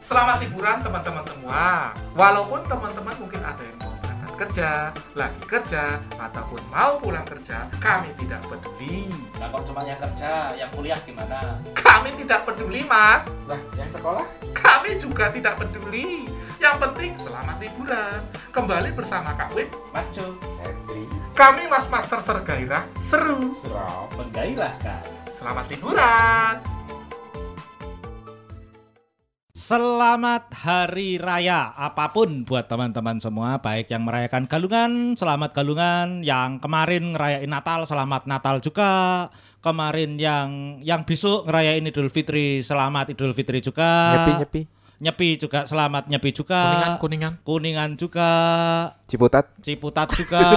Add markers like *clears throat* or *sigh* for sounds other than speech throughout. Selamat liburan teman-teman semua. Walaupun teman-teman mungkin ada yang mau berangkat kerja, lagi kerja, ataupun mau pulang kerja, kami tidak peduli. Nah kalau cuma yang kerja, yang kuliah gimana? Kami tidak peduli, Mas. Lah, yang sekolah? Kami juga tidak peduli. Yang penting selamat liburan. Kembali bersama Kak Wip. Mas Jo, Sentri, Kami Mas Mas Serser Gairah. Seru. serap. menggairahkan. Selamat liburan. Selamat Hari Raya apapun buat teman-teman semua baik yang merayakan Galungan selamat Galungan yang kemarin ngerayain Natal selamat Natal juga kemarin yang yang besok ngerayain Idul Fitri selamat Idul Fitri Ah. juga nyepi. Nyepi juga selamat Nyepi juga kuningan. Kuningan juga Ciputat. Ciputat juga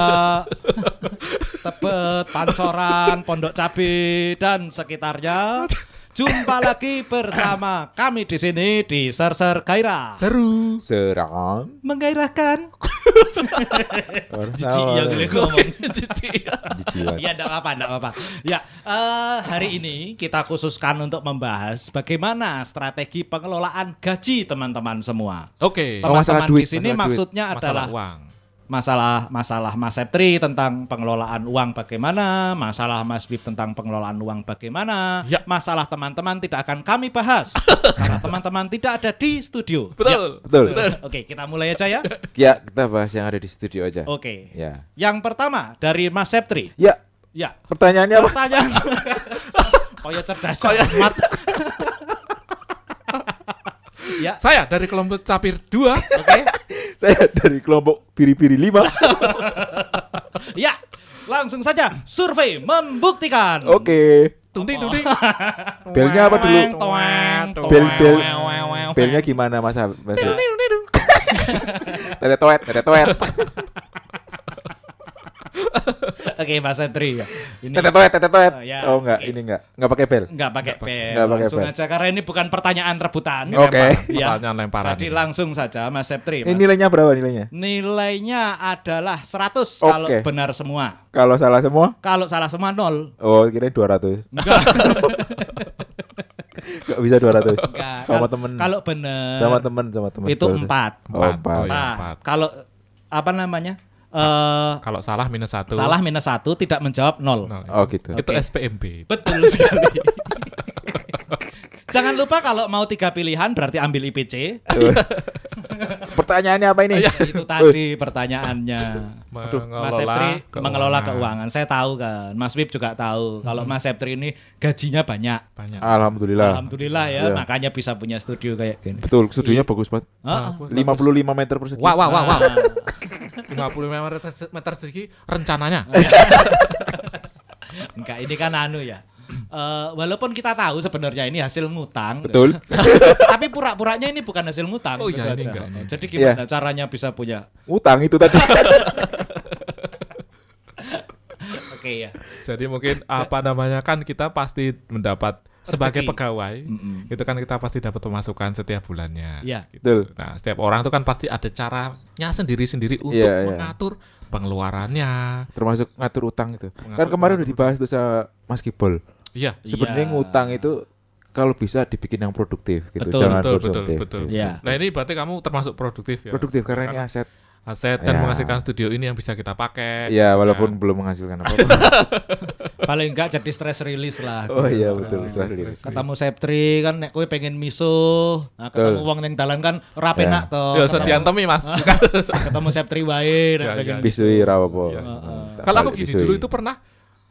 Tebet Pancoran Pondok Cabe dan sekitarnya Jumpa lagi bersama kami di sini di Serser Gairah. Seru. Seram. Menggairahkan. Jijik ya gue *laughs* ngomong. Jijik. Ya enggak apa-apa, enggak apa-apa. Ya, eh, hari ini kita khususkan untuk membahas bagaimana strategi pengelolaan gaji teman-teman semua. Oke, Oh, masalah Teman-teman duit, di sini masalah duit. maksudnya adalah masalah uang. masalah masalah Mas Septri tentang pengelolaan uang bagaimana, masalah Mas Bib tentang pengelolaan uang bagaimana, Ya. masalah teman-teman tidak akan kami *laughs* bahas karena teman-teman tidak ada di studio. Ya. Betul. Betul. Oke, kita mulai aja ya. Ya, kita bahas yang ada di studio aja. Oke. Ya. Yang pertama dari Mas Septri. Ya, Ya. pertanyaannya apa? *laughs* Pertanyaan. *laughs* Koyo cerdas *laughs* amat. ya, Saya dari kelompok capir *laughs* 2. oke. Saya dari kelompok piri-piri *laughs* lima. Ya. Langsung saja survei membuktikan. Oke. Tunting tunting. Belnya apa dulu? Toeng, toeng, Bel bel toeng, toeng. belnya gitu. gimana Mas? Hab- Mas Hab? Tete toet, tete toet, Oke, Mas Entri ya. *laughs* Ini tete toet, tete toet. Oh, ya, Oh enggak, oke. ini enggak. Enggak pakai bel. nggak pakai pen, nggak pakai langsung pen. aja karena ini bukan pertanyaan rebutan. Oke. Ya. Pertanyaan kan lemparan. Jadi langsung saja Mas Septri. *laughs* Ini Mas. nilainya berapa nilainya? Nilainya adalah 100 kalau Oke. benar semua. Kalau salah semua? Kalau salah semua nol. Oh, kira 200. *laughs* Enggak. Enggak bisa 200. Enggak. Ya, Sama Kalau- temen Kalau benar Sama temen, sama temen. itu 200. empat. Oh, eh, Empat. empat. Oh, iya. Nah, empat. Kalau apa namanya? eh Kalau salah minus 1. salah minus satu tidak menjawab nol. Oh gitu. Itu Oke. SPMB. Betul sekali. *laughs* Jangan lupa kalau mau tiga pilihan berarti ambil IPC. Tuh. *laughs* Pertanyaannya apa Oh, Iya. ini? itu *laughs* tadi pertanyaannya. Mas Septri mengelola keuangan. Saya tahu kan. Mas Wib juga tahu. Hmm. Kalau Mas Septri ini gajinya banyak. Eh, Banyak. Ah, Alhamdulillah. Alhamdulillah ya, Iya. makanya bisa punya studio kayak gini. Betul, studionya bagus banget. Ah, Iya. Bagus, 55 meter persegi. Wah, wah, wah, ah. wah. 50 meter, meter segi rencananya. Eh, Enggak, ini kan anu ya. *clears throat* Eh, walaupun kita tahu sebenarnya ini hasil ngutang, Betul. *laughs* tapi pura-puranya ini bukan hasil ngutang. Oh, itu iya, ini aja. enggak, ini enggak. Jadi gimana caranya bisa punya? Utang itu *laughs* tadi. Oke ya. *laughs* Jadi mungkin apa namanya kan kita pasti mendapat sebagai Rezeki. pegawai itu kan kita pasti dapat pemasukan setiap bulannya. Iya. Gitu. Betul. Nah setiap orang itu kan pasti ada caranya sendiri-sendiri untuk Iya, iya. mengatur pengeluarannya. Termasuk ngatur utang itu. kan Ngatur kemarin utang. udah dibahas tuh sama Mas Kibol. Iya. Sebenarnya Iya. ngutang itu kalau bisa dibikin yang produktif gitu. Betul, Jangan betul, betul, konsumtif. betul. Iya. Nah ini berarti kamu termasuk produktif ya. Produktif karena ini aset. Aset Ya. dan menghasilkan studio ini yang bisa kita pakai. Ya, walaupun belum menghasilkan *laughs* apa-apa. Paling enggak jadi stress release lah. oh iya, betul. Stress, Stress stress, stress. release. ketemu Septri kan nek kowe pengen misuh nah, ketemu Betul. Iya. wong ning dalan kan ora penak to Ya usah ketemu, diantemi mas. *laughs* ketemu Septri wae nek Ya, pengen ya. Bisui ra apa-apa. Iya. Hmm, tak Kalau aku balik gini bisui. dulu itu pernah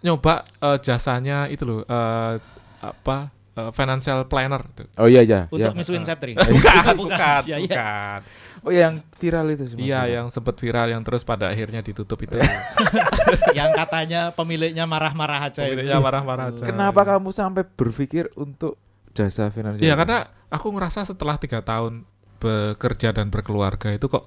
nyoba eh, jasanya itu loh eh, apa eh, financial planner itu. Oh iya iya. untuk Yang- misuhin Septri Ah. *laughs* Bukan, bukan, Iya, iya. bukan. Oh yang viral itu semua. Iya, yang sempat viral yang terus pada akhirnya ditutup *laughs* itu. yang katanya pemiliknya marah-marah aja itu. ya, Pemiliknya marah-marah aja. Kenapa kamu sampai berpikir untuk jasa finansial? Iya, karena aku ngerasa setelah tiga tahun bekerja dan berkeluarga itu kok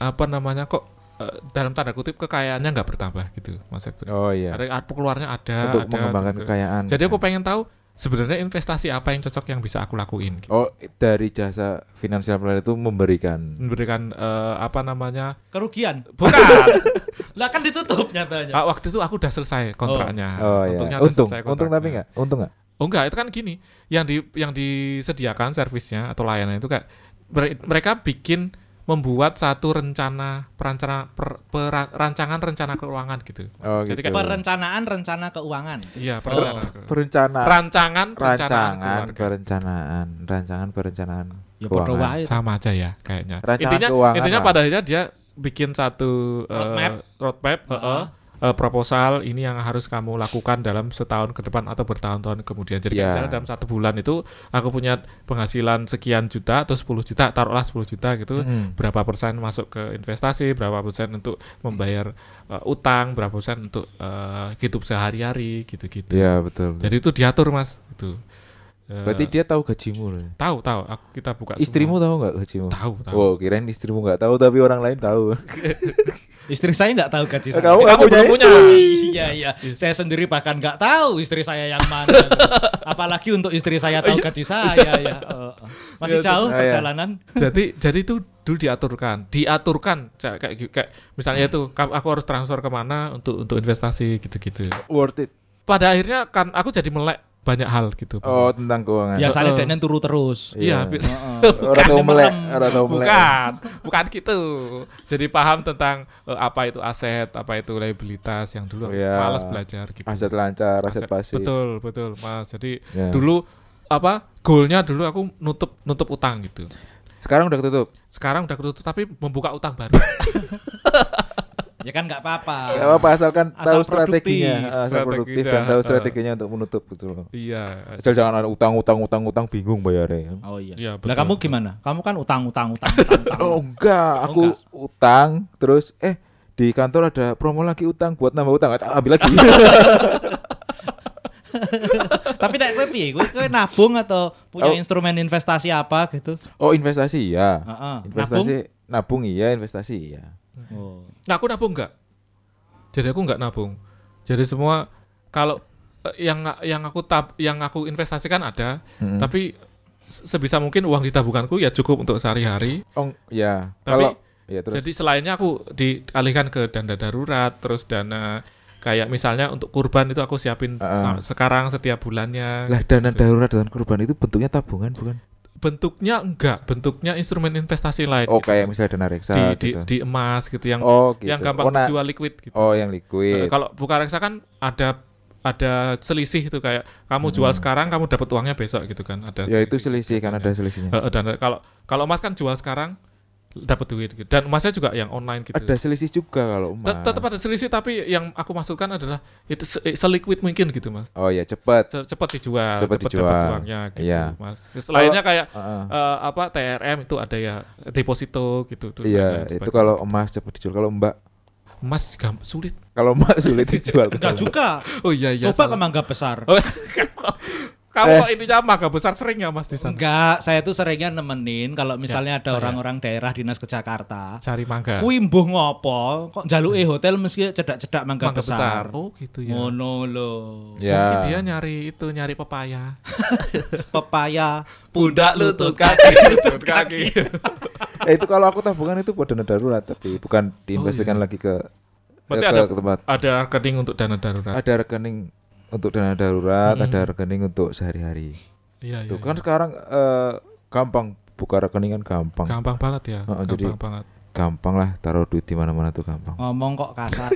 apa namanya kok eh, dalam tanda kutip kekayaannya nggak bertambah gitu, Mas Septri. Oh iya. Ada aku keluarnya ada Untuk ada, mengembangkan gitu. kekayaan. Jadi aku pengen tahu sebenarnya investasi apa yang cocok yang bisa aku lakuin. Gitu. Oh, dari jasa finansial planner itu memberikan. Memberikan eh, apa namanya? kerugian Bukan. *laughs* lah kan ditutup nyatanya Ah, waktu itu aku udah selesai kontraknya. Oh iya. Untungnya udah Untung, Nah, selesai untung tapi kontraknya. enggak? Untung enggak? Oh enggak, itu kan gini, yang di yang disediakan servisnya atau layanan itu kayak mere- mereka bikin membuat satu rencana perancana per- pera- rancangan rencana keuangan gitu. Oh, Jadi gitu. kayak Perencanaan rencana keuangan. iya perencana. perencanaan Rancangan perencanaan rancangan keluarga. perencanaan rancangan perencanaan Ya padha keuangan wae. sama aja ya kayaknya. Rancangan intinya keuangan intinya lah. pada akhirnya dia bikin satu eh, Roadmap. roadmap, heeh, eh, proposal ini yang harus kamu lakukan dalam setahun ke depan atau bertahun-tahun kemudian. Jadi kayak Ya. misalnya dalam satu bulan itu aku punya penghasilan sekian juta atau 10 juta, taruhlah 10 juta gitu. Mm. Berapa persen masuk ke investasi, berapa persen untuk membayar eh, utang, berapa persen untuk eh, hidup sehari-hari gitu-gitu. Iya betul. Jadi itu diatur, Mas, itu. Eh, Berarti dia tahu gajimu loh. tahu tahu aku kita buka semua. Istrimu tahu nggak gajimu? tahu tahu. Wow, kirain istrimu nggak tahu tapi orang lain tahu. Istri saya nggak tahu gaji saya. Kamu nggak kamu punya belum punya. istri. Iya iya, saya sendiri bahkan nggak tahu istri saya yang *laughs* mana. Apalagi untuk istri saya tahu gaji saya ya. Oh, oh. Masih jauh Ah, iya. perjalanan. jadi jadi itu dulu diaturkan diaturkan kayak kayak, kayak misalnya itu kam- Hmm. aku harus transfer kemana untuk untuk investasi gitu-gitu Worth it. pada akhirnya kan aku jadi melek banyak hal gitu Oh tentang keuangan. Biasanya Iya. Heeh. dene Ya, turu terus. iya Iya. bi- *laughs* Orang tahu Bukan, melek, emang. orang tahu melek. bukan bukan gitu jadi paham tentang eh, apa itu aset apa itu liabilitas yang dulu aku Iya. malas belajar gitu Aset lancar, aset Aset- pasif. betul betul mas jadi Ya. dulu apa goalnya dulu aku nutup nutup utang gitu Sekarang udah ketutup. sekarang udah ketutup tapi membuka utang baru Ya kan nggak apa-apa. Gak apa-apa asalkan Asal tahu produktif. strateginya, asal Ah. Strategi produktif dah, dan tahu eh. strateginya untuk menutup betul. iya Asal jangan ada utang, utang, utang, utang bingung bayarnya. Oh iya. Iya, lah betul. kamu gimana? Kamu kan utang utang utang utang. utang. *laughs* Oh enggak, aku utang terus eh di kantor ada promo lagi utang buat nambah utang, Ah, ambil *laughs* lagi. Tapi nek kowe piye? Kowe kowe nabung atau punya Oh. instrumen investasi apa gitu? oh investasi ya, Ah, Heeh. Nabung? investasi nabung iya, investasi iya. Oh. Nah aku nabung nggak? Jadi aku nggak nabung. Jadi semua kalau eh, yang yang aku tab yang aku investasikan ada, Mm-mm. tapi se- sebisa mungkin uang di tabunganku ya cukup untuk sehari-hari. Oh ya, kalau Tapi- ya terus. Jadi selainnya aku dialihkan ke dana darurat, terus dana kayak misalnya untuk kurban itu aku siapin sa- sekarang setiap bulannya. Ah. lah dana darurat dan kurban itu bentuknya tabungan bukan? Bentuknya enggak, bentuknya instrumen investasi lain. Oh gitu. kayak misalnya dana reksa di, di, gitu. di emas gitu yang oh gitu. yang gampang oh, nah- dijual liquid gitu. oh, yang Eh, liquid. kalau buka reksa kan ada ada selisih itu kayak kamu jual sekarang kamu dapat uangnya besok gitu kan ada Hmm. ya itu selisih kan ada biasanya. selisihnya. Eh, eh, dan kalau kalau emas kan jual sekarang dapat duit gitu. dan emasnya juga yang online gitu Ada selisih juga kalau emas. Tet- tetap ada selisih tapi yang aku maksudkan adalah itu se- eh, seliquid mungkin gitu mas Oh ya cepat. Se- cepat dijual Cepat dapat dijual. uangnya gitu Iya. mas lainnya kayak Heeh. eh, apa TRM itu ada ya deposito gitu tuh Iya, itu kalau emas cepat dijual kalau Mbak emas gam- sulit *laughs* kalau emas *laughs* sulit dijual. Enggak juga. oh iya iya Coba ke salah. mangga besar. kamu Eh. kok ininya mangga besar sering ya mas di sana Enggak, saya tuh seringnya nemenin kalau misalnya ada oh, ya. orang-orang daerah dinas ke Jakarta. cari mangga Kui mbuh ngopo kok njaluke hotel meski cedak-cedak mangga, mangga besar. besar. Oh gitu ya. Ngono lho. Mungkin ya. dia nyari itu nyari pepaya. Pepaya. Pundak lutut kaki lutut kaki. Eh, itu kalau aku tabungan itu buat dana darurat tapi bukan diinvestasikan lagi ke Oh, iya. Berarti eh, ke, ada- ke tempat. Ada rekening untuk dana darurat. Ada rekening untuk dana darurat, ada rekening untuk sehari-hari. Hmm. Iya Tuh iya. kan sekarang eh, gampang buka rekening kan gampang. Gampang banget ya. Oh, Gampang jadi- banget. Gampang lah taruh duit di mana-mana tuh Oh, gampang. Ngomong kok kasar.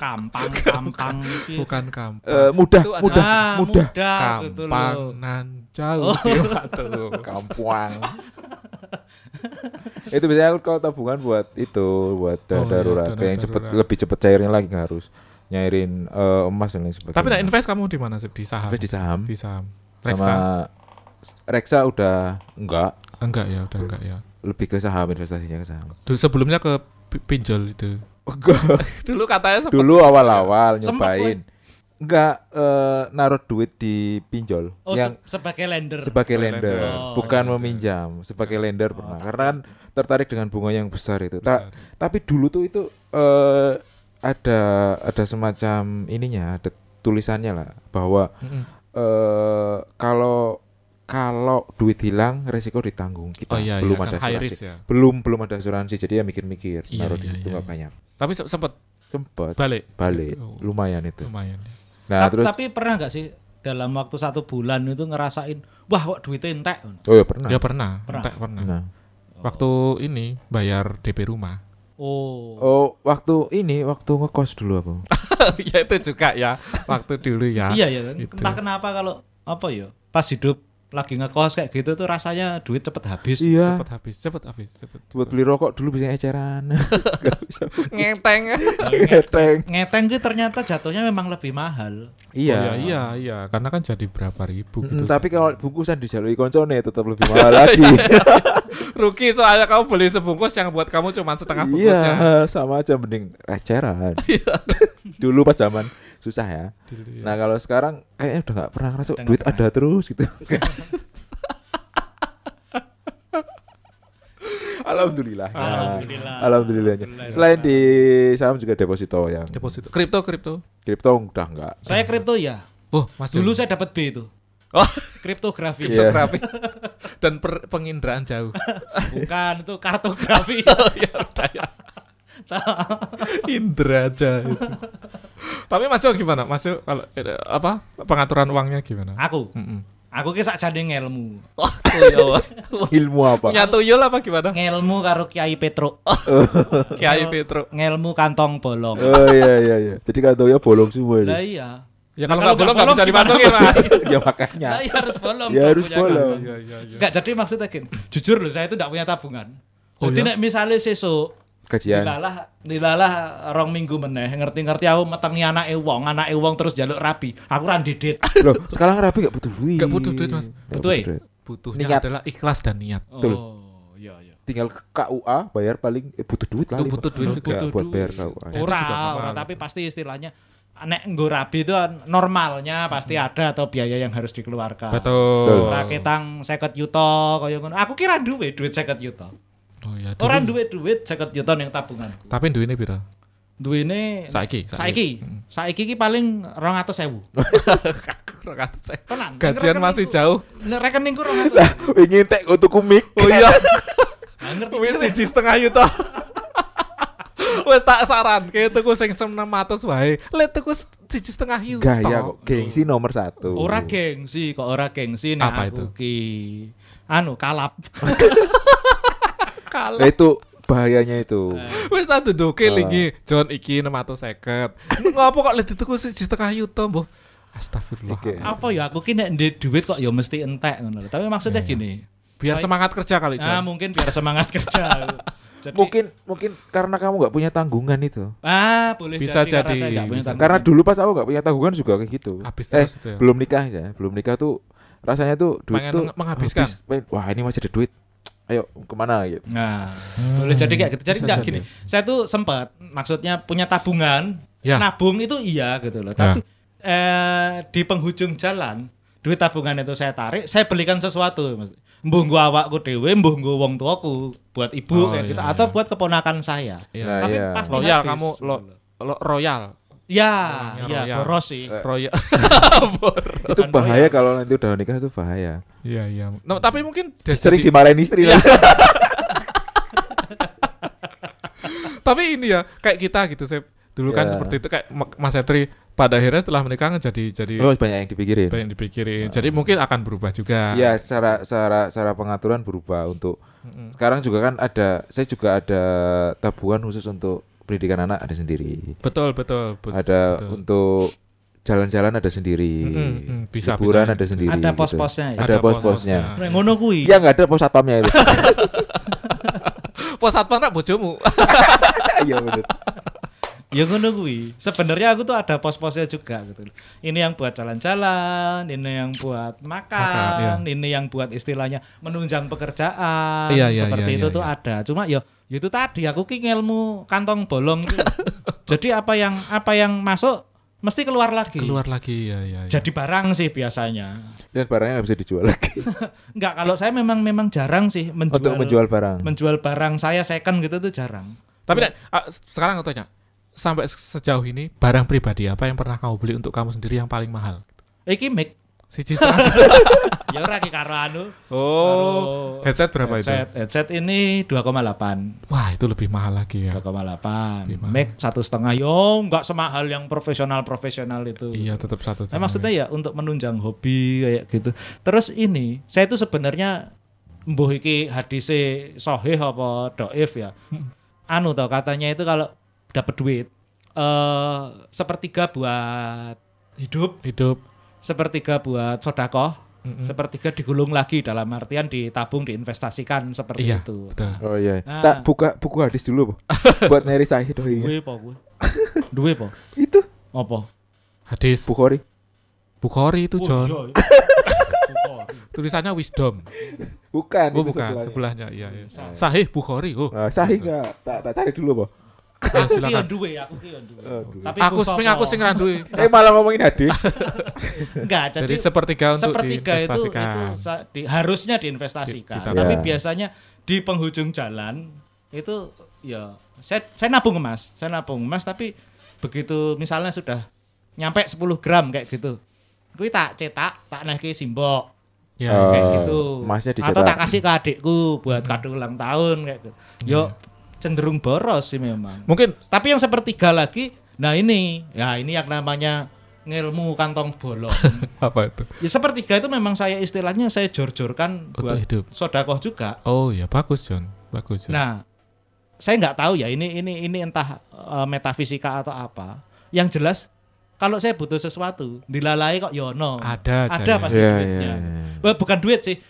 kampang kampang iki. Bukan kampang. Eh, mudah, Itu ada- mudah, Ah, mudah. gitu lho. Kampanan jauh dewa tuh. Kampuang. *laughs* itu biasanya aku kalau tabungan buat itu buat dana Oh, iya, darurat dana kayak yang cepet darurat. lebih cepet cairnya lagi nggak harus nyairin eh, emas dan lain sebagainya. Tapi nah, invest kamu di mana sih? Di saham. invest di saham Di saham. sama Reksa? reksa udah enggak Enggak ya, udah enggak ya. lebih ke saham investasinya ke saham. Dulu sebelumnya ke pi- pinjol itu. *laughs* Dulu katanya sempat Dulu awal-awal Sempet, nyobain enggak eh, naruh duit di pinjol Oh, yang se- sebagai lender. sebagai Sebagai lender, lender. Oh, bukan lender. Oh. meminjam, sebagai lender pernah. Karena kan tertarik dengan bunga yang besar itu. Ta- tapi dulu tuh itu eh ada ada semacam ininya, ada tulisannya lah bahwa Mm-mm. eh kalau kalau duit hilang resiko ditanggung kita Oh iya, belum iya, ada kan high asuransi. risk ya. Belum belum ada asuransi jadi ya mikir-mikir Iya, naruh di iya, situ iya, nggak iya. banyak. Tapi se- sempet Sempet balik. balik Oh. lumayan itu. Lumayan. Nah, Ta- terus Tapi pernah nggak sih dalam waktu satu bulan itu ngerasain wah kok duitnya entek Oh ya pernah. Ya pernah, Pernah. entek pernah. Nah. Waktu ini bayar DP rumah. oh, Oh, waktu ini waktu ngekos dulu aku. ya itu juga ya, waktu dulu ya. iya ya itu. entah kenapa kalau apa ya pas hidup lagi ngekos kayak gitu tuh rasanya duit cepet habis iya. Cepet habis, cepet habis, cepet. Buat beli rokok dulu bisa eceran. *laughs* Gak bisa. *laughs* ngenteng. Ngeteng. ngeteng itu ternyata jatuhnya memang lebih mahal Iya. Oh, iya, iya, karena kan jadi berapa ribu Mm, gitu. tapi kalau bungkusan dijalui koncone tetap lebih mahal lagi. rugi soalnya kamu beli sebungkus yang buat kamu cuma setengah bungkus iya, ya. *laughs* sama aja mending *laughs* eceran. Iya. *laughs* dulu pas zaman susah ya. Dulu ya. Nah, kalau sekarang kayaknya udah nggak pernah ngerasa Udah nggak duit pernah. ada terus *laughs* gitu. Alhamdulillah. Alhamdulillah. Alhamdulillahnya. Alhamdulillah. Selain di saham juga deposito yang deposito. Kripto, kripto. kripto udah nggak. saya kripto ya Oh, Mas dulu Yul. saya dapat B itu Oh, *laughs* kriptografi Iya. kriptografi. Dan per- penginderaan jauh. bukan itu kartografi *laughs* Oh, ya udah ya. *laughs* Indra aja itu. *laughs* Tapi Mas Yul gimana? Mas Yul kalau eh, apa pengaturan uangnya gimana? aku Mm-mm. aku ki sakjane ngelmu Oh, tuyul. *laughs* Ilmu apa? Punya tuyul apa gimana? *laughs* ngelmu karo Kiai Petro *laughs* Kiai Petro. ngelmu kantong bolong Oh iya iya iya. Jadi katanya bolong semua lah ini. iya Ya kalau nggak Kalau bolong nggak nggak bisa bolong gimana, dimasukin *laughs* *laughs* mas. ya makanya. Lah, iya harus bolong Ya Pak, harus punya bolong. Iya iya iya. Enggak, jadi maksudnya gini, jujur loh saya itu enggak punya tabungan. Oh, Jadi iya? nek misalnya sesuk Kajian. dilalah dilalah rong minggu meneh ngerti-ngerti aku metengi anake wong, anake wong terus jaluk rapi. Aku ran didit. Loh, sekarang rapi nggak butuh duit. Nggak butuh duit, Mas. Nggak Butuh, eh? Butuhnya Niat. adalah ikhlas dan niat. Betul. Oh, iya iya. Tinggal ke KUA bayar paling eh, butuh duit lah. Itu butuh duit juga. juga Butuh buat duit. bayar KUA. Nah, Itu Ora, juga ora, mahal. tapi pasti istilahnya nek nggo rabi itu normalnya pasti ada atau biaya yang harus dikeluarkan. Hmm. Betul. Ora ketang 50 yuto kaya ngono. Aku kira duwe duit 50 yuto. Oh iya. dulu. Ora duwe duit 50 yuto ning tabunganku. Tapi duitnya pira? Duwene Saiki, saiki. saiki. Saiki iki paling 200.000. Tenan. Gajian Rekeningku- masih jauh. Nek rekeningku 200.000. ingin tek untuk kumik. Oh iya. *laughs* Nah, ngerti Wis ngerti. siji setengah yuta. Wes tak saran, ke tuku sing 600 wae. Lek tuku siji setengah yuta. Gaya kok gengsi nomor satu. Ora gengsi kok ora gengsi nek Apa aku ki. Anu kalap. *laughs* Kalah. Nah, Eh. itu bahayanya itu. Wis tak duduke lingi John iki 650. Ngopo kok lek dituku siji setengah yuta, mbuh? Astagfirullah. Oke. Apa ya aku ki nek ndek duit kok ya mesti entek ngono lho. Tapi Iya, maksudnya gini. Biar semangat kerja kali, Ah John. mungkin biar semangat *laughs* kerja. Jadi- Mungkin mungkin karena kamu nggak punya tanggungan itu. ah boleh Bisa jadi, karena jadi, saya nggak punya bisa tanggungan. Karena dulu pas aku nggak punya tanggungan juga kayak gitu. Habis eh, terus itu ya? belum nikah ya, belum nikah tuh rasanya tuh duit Pengen tuh meng- menghabiskan. habis. Pengen, Wah ini masih ada duit. Ayo kemana gitu. Nah, boleh jadi kayak gitu. Jadi Hmm, bisa enggak jadi. gini. Saya tuh sempat maksudnya punya tabungan, Ya. nabung itu iya gitu loh. Ya. Tapi eh, di penghujung jalan duit tabungan itu saya tarik, saya belikan sesuatu. Mas. Mbuh nggo awakku dhewe, mbuh nggo wong tuaku buat ibu Oh, kayak gitu iya, atau iya. buat keponakan saya. Iya. Nah, Tapi iya. pasti Loyal habis. kamu lo- lo- royal. Ya, Orangnya ya, royal. boros sih. Royal. Itu ya. bahaya kalau nanti udah nikah itu bahaya. Iya, iya. No, tapi mungkin jadi- Sering dimarahin istri Iya. lah. *laughs* tapi ini ya kayak kita gitu Sep. dulu kan Ya. seperti itu kayak Ma- Mas Hetri pada akhirnya setelah menikah kan jadi jadi Loh, banyak yang dipikirin. banyak yang dipikirin Iya. jadi mungkin akan berubah juga Ya, secara secara secara pengaturan berubah untuk sekarang juga kan ada saya juga ada tabungan khusus untuk pendidikan anak ada sendiri. betul betul, bet- ada betul. untuk jalan-jalan ada sendiri, Mm-mm, mm, bisa, liburan bisa. ada sendiri, Ada gitu. pos-posnya ya? ada Ada pos-posnya. pos-posnya. Nah, ngono kuwi. Ya nggak ada pos satpamnya *laughs* itu. pos satpam nak bojomu Iya benar. ya ngono kuwi. Sebenarnya aku tuh ada pos-posnya juga gitu. loh. Ini yang buat jalan-jalan, ini yang buat makan, Makan, ini yang buat istilahnya menunjang pekerjaan. Iya, iya, seperti iya, itu iya, tuh iya. ada. Cuma ya ya itu tadi aku ki ngelmu kantong bolong. *laughs* ki. Jadi apa yang apa yang masuk mesti keluar lagi. *laughs* keluar lagi ya ya, ya. Jadi barang sih biasanya. Dan barangnya nggak bisa dijual lagi. Enggak, kalau saya memang memang jarang sih menjual untuk menjual barang. menjual barang saya second gitu tuh jarang. tapi Nek, ah, se- sekarang aku tanya sampai se- sejauh ini barang pribadi apa yang pernah kamu beli untuk kamu sendiri yang paling mahal Iki mic Siji setengah juta. ya ora ki karo anu. Oh, headset berapa itu? headset, Headset eh, ini 2,8. Wah, itu lebih mahal lagi ya. 2,8 Gimana? Mac satu setengah yo nggak semahal yang profesional profesional itu Iya, tetap satu. Eh, saya sama maksudnya ya untuk menunjang hobi kayak gitu terus ini saya itu sebenarnya mbuh iki hadise soheh apa doif ya Hmm. anu tau katanya itu kalau dapat duit eh sepertiga buat hidup hidup. sepertiga buat sodakoh Mm-mm. sepertiga digulung lagi dalam artian ditabung diinvestasikan seperti Iya, itu betul. Oh iya. Nah. Ah. Tak buka buku hadis *laughs* dulu, Bu. Buat nyari oh iya. sahih doi. duwe apa gue duwe apa Itu apa Hadis Bukhari. Bukhari itu, John. Oh, iya. iya. *laughs* Bukhari. Tulisannya wisdom. Bukan, Oh, itu bukan. sebelahnya. Sebelahnya, iya, iya. Sahih Bukhari. Oh, Nah, sahih enggak? Tak tak cari dulu, Bu. ya, aku ki yo silakan. duwe, Iya, aku ki yo duwe. Aduh. Tapi Aku sapa? sing aku sing randui. Eh malah ngomongin *laughs* hadis. enggak jadi Jadi sepertiga untuk sepertiga *laughs* itu itu diinvestasikan. sa- di- harusnya Di- diinvestasikan. ditabung. Tapi Ya. biasanya di penghujung jalan itu ya saya saya nabung emas, saya nabung emas tapi begitu misalnya sudah nyampe 10 gram kayak gitu. Kuwi tak cetak, tak naikin simbok Ya. Eh, kayak gitu. emasnya dicetak. Iya, Atau tak kasih ke adikku buat kado ulang tahun kayak gitu. Yo cenderung boros sih memang. Mungkin Tapi yang sepertiga lagi, nah ini, ya ini yang namanya ngilmu kantong bolong. apa itu? ya sepertiga itu memang saya istilahnya saya jor-jorkan Untuk buat hidup. sodakoh juga. Oh, ya bagus, John. Bagus, John. Nah, saya nggak tahu ya ini ini ini entah eh, metafisika atau apa. Yang jelas kalau saya butuh sesuatu, dilalai kok yono. Ada aja ada ya. pasti Iya, duitnya. iya. Bah, Bukan duit sih.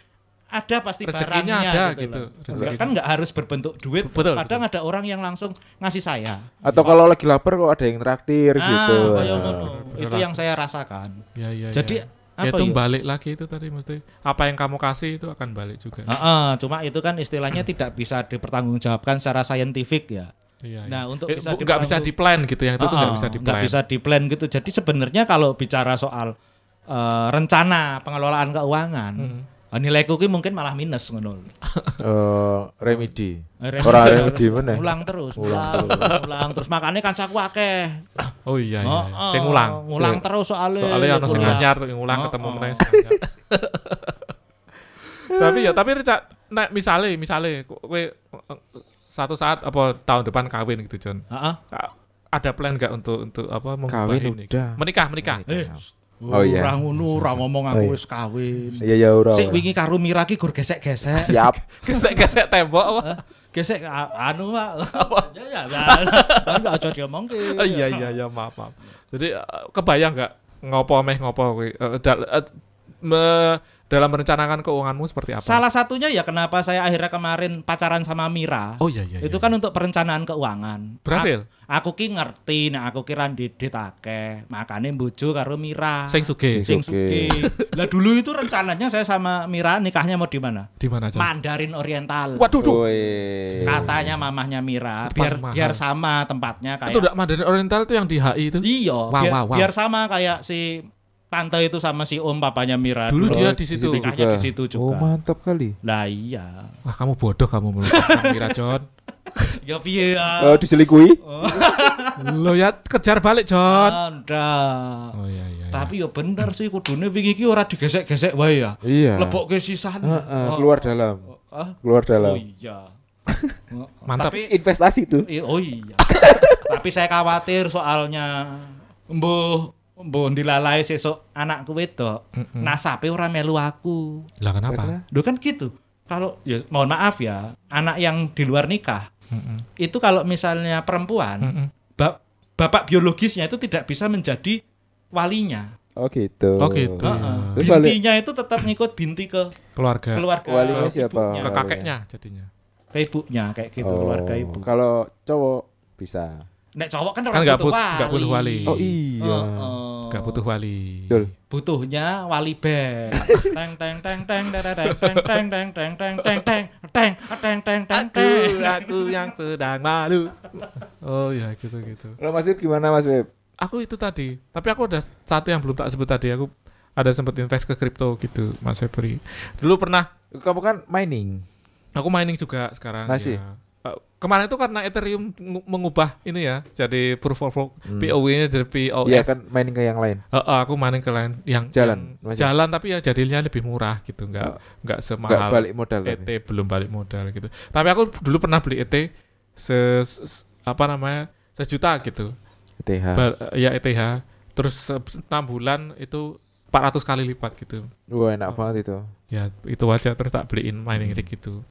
Ada pasti Rezekinya barangnya ada gitu, gitu. loh. rezekinya. Kan nggak harus berbentuk duit. Betul, Kadang ada orang yang langsung ngasih saya. Atau kalau lagi lapar kok ada yang traktir gitu. Ah, kaya ngono. Bener Itu lah. yang saya rasakan. Ya, ya, Jadi ya. apa itu ya? balik lagi itu tadi mesti apa yang kamu kasih itu akan balik juga. Heeh, cuma itu kan istilahnya tidak bisa dipertanggungjawabkan secara saintifik ya. Iya. Nah, iya. untuk Eh, bisa bu- nggak bisa di plan gitu yang itu tuh nggak Heeh, bisa di plan. Ah, bisa di-plan gitu. Jadi sebenarnya kalau bicara soal eh, rencana pengelolaan keuangan, Hmm. nilai kuki mungkin malah minus ngono. Eh, remedi. Eh, Orang remedi mana? Ulang terus, Ulang ulang, ulang terus. Makanya kan aku akeh. Oh iya iya. iya. Heeh, Sing ulang. Ulang terus soalnya. Soalnya ono sing Ulang. anyar tuh yang ulang Iya, Oh, ketemu oh. meneh. sing *laughs* anyar. tapi ya tapi Rica, nah, misalnya misalnya kowe satu saat apa tahun depan kawin gitu John. Heeh. Ka- Ada plan nggak untuk untuk apa mengubah Kawin ini? udah. Menikah menikah. *laughs* Eh, Oh, iya. Ora ngono, ora ngomong Oh, iya. aku wis kawin. Iya ya ora. Sik ora. wingi karo Mira ki gur *laughs* gesek-gesek. *laughs* Siap. Gesek gesek tembok apa? Hah? gesek a- anu Pak. Ya *laughs* ya. ya. Tapi aja diomongke. Oh, iya iya iya maaf maaf. Jadi eh, kebayang nggak ngopo meh ngopo kowe Eh, dal- eh, me- dalam merencanakan keuanganmu seperti apa? Salah satunya ya kenapa saya akhirnya kemarin pacaran sama Mira. Oh iya iya. itu iya. kan untuk perencanaan keuangan. berhasil. A- aku ki ngerti nek aku kira didit akeh, makane bojo karo Mira. Sing sugih Oke. Sing sugih. Lah dulu itu rencananya saya sama Mira nikahnya mau di mana? di mana aja? Mandarin Oriental. Waduh duh. Woi. Katanya mamahnya Mira Tempat biar mahal. biar sama tempatnya kayak Itu udah Mandarin Oriental tuh yang di HI itu. Iya, Wow, biar, wow, wow. biar sama kayak si tante itu sama si om papanya Mira. Oh, Dulu dia di situ. nikahnya di situ Oh, juga. mantap kali. Lah iya. Wah, kamu bodoh kamu melupakan Mira John. Ya Eh piye ya. diselingkuhi? Lo ya kejar balik John. Anda. Oh iya iya. iya. Tapi ya bener sih kudune wingi iki ora digesek-gesek wae ya. Iya. Lebok ke sisan. Heeh, keluar dalam. Ah, Keluar oh dalam. iya. *laughs* Mantap. Tapi Investasi itu. I- Oh iya. Tapi saya khawatir soalnya mbuh mbuh dilalai sesuk anakku wedok. Nasape ora melu aku. Lah kenapa? Loh kan gitu. Kalau ya mohon maaf ya, anak yang di luar nikah itu kalau misalnya perempuan, Mm-mm. ba- bapak biologisnya itu tidak bisa menjadi walinya. Oh gitu. Oh, gitu. Heeh. Iya. Terus balik- Bintinya itu tetap ngikut binti ke Keluarga. keluarga Walinya ke siapa? ibunya, Ke kakeknya jadinya. ke ibunya kayak gitu Oh, keluarga ibu. Kalau cowok bisa. Nek cowok kan, Kan orang nggak butuh but- wali. nggak butuh wali. Oh iya. Heeh. Gak butuh wali. Betul. butuhnya wali band. *laughs* teng teng teng teng terereng, teng teng teng teng teng teng teng teng teng teng teng teng. aku yang sedang malu. Oh ya gitu gitu. Kalau Mas Wib gimana Mas Wib? Aku itu tadi, tapi aku ada satu yang belum tak sebut tadi. Aku ada sempat invest ke kripto gitu, Mas Febri. Dulu pernah Kamu kan mining. Aku mining juga sekarang. Masih? ya. eh, kemarin itu karena Ethereum mengu- mengubah ini ya jadi proof of work POW-nya jadi POS. Hmm. Iya kan main ke yang lain. Heeh, aku maning ke lain yang Jalan, yang masih. jalan tapi ya jadinya lebih murah gitu, nggak nggak Enggak semahal balik modal ET tapi. belum balik modal gitu. Tapi aku dulu pernah beli E ET se, se- apa namanya sejuta gitu, ETH. Bal- ya ETH. Terus 6 bulan itu 400 kali lipat gitu. Wah, enak banget itu. Ya itu aja terus tak beliin mining Hmm. rig gitu.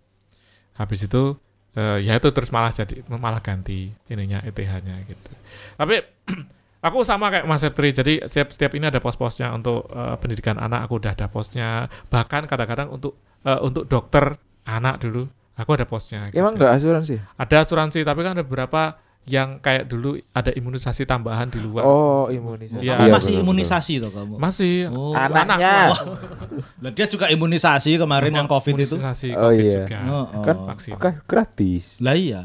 Habis itu eh, ya itu terus malah jadi malah ganti ininya ETH-nya gitu. Tapi *clears throat* aku sama kayak Mas Septri. Jadi setiap setiap ini ada pos-posnya untuk eh, pendidikan anak aku udah ada posnya. Bahkan kadang-kadang untuk eh, untuk dokter anak dulu aku ada posnya. gitu. Emang enggak asuransi? Ada asuransi tapi kan ada beberapa yang kayak dulu ada imunisasi tambahan di luar. Oh, imunisasi. Iya, Tapi iya, masih betul, imunisasi tuh kamu. Masih Oh, Anaknya. anak. Lah, dia juga imunisasi kemarin yang COVID itu. Imunisasi Oh, COVID iya. juga. Oh, oh. *laughs* Kan Vaksin. kan gratis. Lah iya.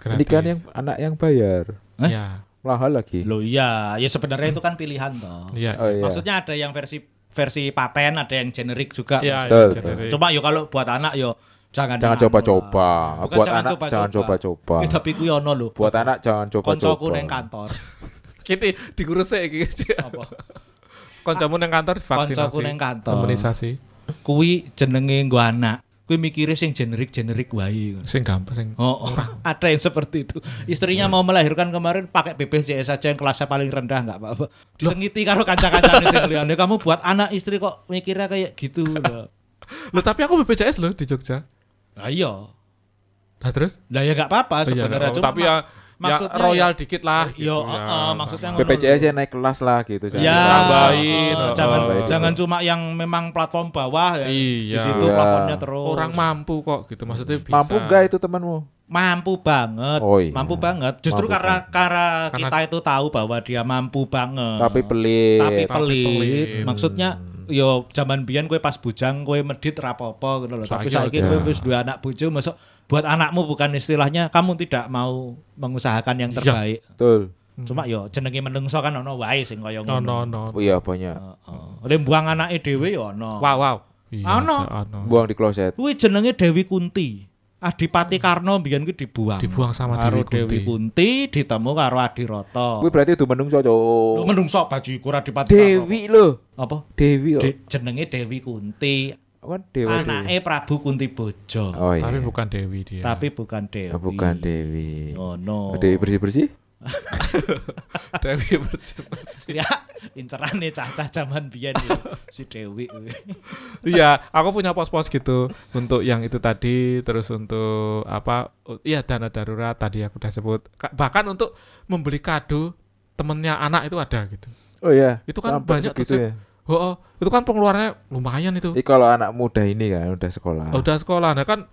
Gratis. Ini kan yang Oh, anak yang bayar. eh? Ya, Mahal lagi. Loh iya, ya sebenarnya itu kan pilihan toh. iya. Oh iya. Maksudnya ada yang versi versi paten, ada yang generik juga. Iya, Betul, iya, betul. jadi- Coba yuk kalau buat anak yo jangan Jangan dengan coba-coba. murah. Bukan Buat anak jangan coba-coba. Eh, tapi kuwi ono lho. Buat anak jangan koncoku coba-coba. neng kantor. Kita diurus saya gitu. Apa? Koncomu neng kantor divaksinasi. Koncoku neng kantor. Imunisasi. Kuwi jenenge nggo anak. Kuwi mikire sing generik-generik wae. Sing gampang sing. Oh, *laughs* oh. ada yang seperti itu. Istrinya mau melahirkan kemarin pakai BPJS saja yang kelasnya paling rendah nggak apa-apa. Disengiti karo kanca-kancane sing liyane. Kamu buat anak istri kok mikirnya kayak gitu *laughs* loh. Loh, tapi aku BPJS loh di Jogja. Nah, iya. Nah, terus? Lah ya nggak apa-apa Oh, iya, sebenarnya nggak apa-apa. cuma tapi ya, gitu ya maksudnya royal dikit lah ya, yo, eh, eh, maksudnya ngono BPJS lho. ya naik kelas lah gitu. jangan ya ditambahin, eh, eh, jangan eh. jangan cuma yang memang platform bawah ya. Di Iya. situ Iya. plafonnya terus. Orang mampu kok gitu maksudnya bisa. Mampu enggak itu temanmu? mampu banget, Oh, iya. mampu banget. Justru Mampu karena, karena Karena- kita itu tahu bahwa dia mampu banget. Tapi pelit. tapi Tapi pelit. pelit. Maksudnya yo zaman biyen kowe pas bujang kowe medit rapopo gitu loh. Tapi Saiki saiki kowe aja. wis dua anak bojo masuk buat anakmu bukan istilahnya kamu tidak mau mengusahakan yang Iya. Hmm. terbaik. Betul. Cuma yo jenenge menungso kan ono wae sing kaya No no no. Oh, Iya banyak. Heeh. Oleh buang anake dhewe yo ono. Wow wow. Ano. sa- ano. Buang di kloset. Kuwi jenenge Dewi Kunti. Adipati Karno biyen kuwi dibuang. Dibuang sama karo Dewi Dewi Kunti ditemu karo Adiroto. Kuwi berarti itu menungso, Oh. Lu Cok. menungso baju iku Adipati Karno. Dewi loh. apa? Dewi kok. De- jenenge Dewi Kunti. Apa Dewa Dewi. anaknya Prabu Kunti Bojo Oh iya. Tapi bukan Dewi dia. tapi bukan Dewi Oh, bukan Dewi. oh no Dewi bersih-bersih? Dewi *laughs* bercepat sih. *laughs* ya incerannya cacah zaman biyen ya, si Dewi Iya, aku punya pos-pos gitu untuk yang itu tadi, terus untuk apa? oh, Iya dana darurat tadi aku udah sebut. Ka- Bahkan untuk membeli kado temennya anak itu ada gitu. Oh iya. Itu kan Sampai banyak segitu tuh, ya. Oh, oh, itu kan pengeluarannya lumayan itu. Ini kalau anak muda ini kan udah sekolah. Oh, Udah sekolah, nah kan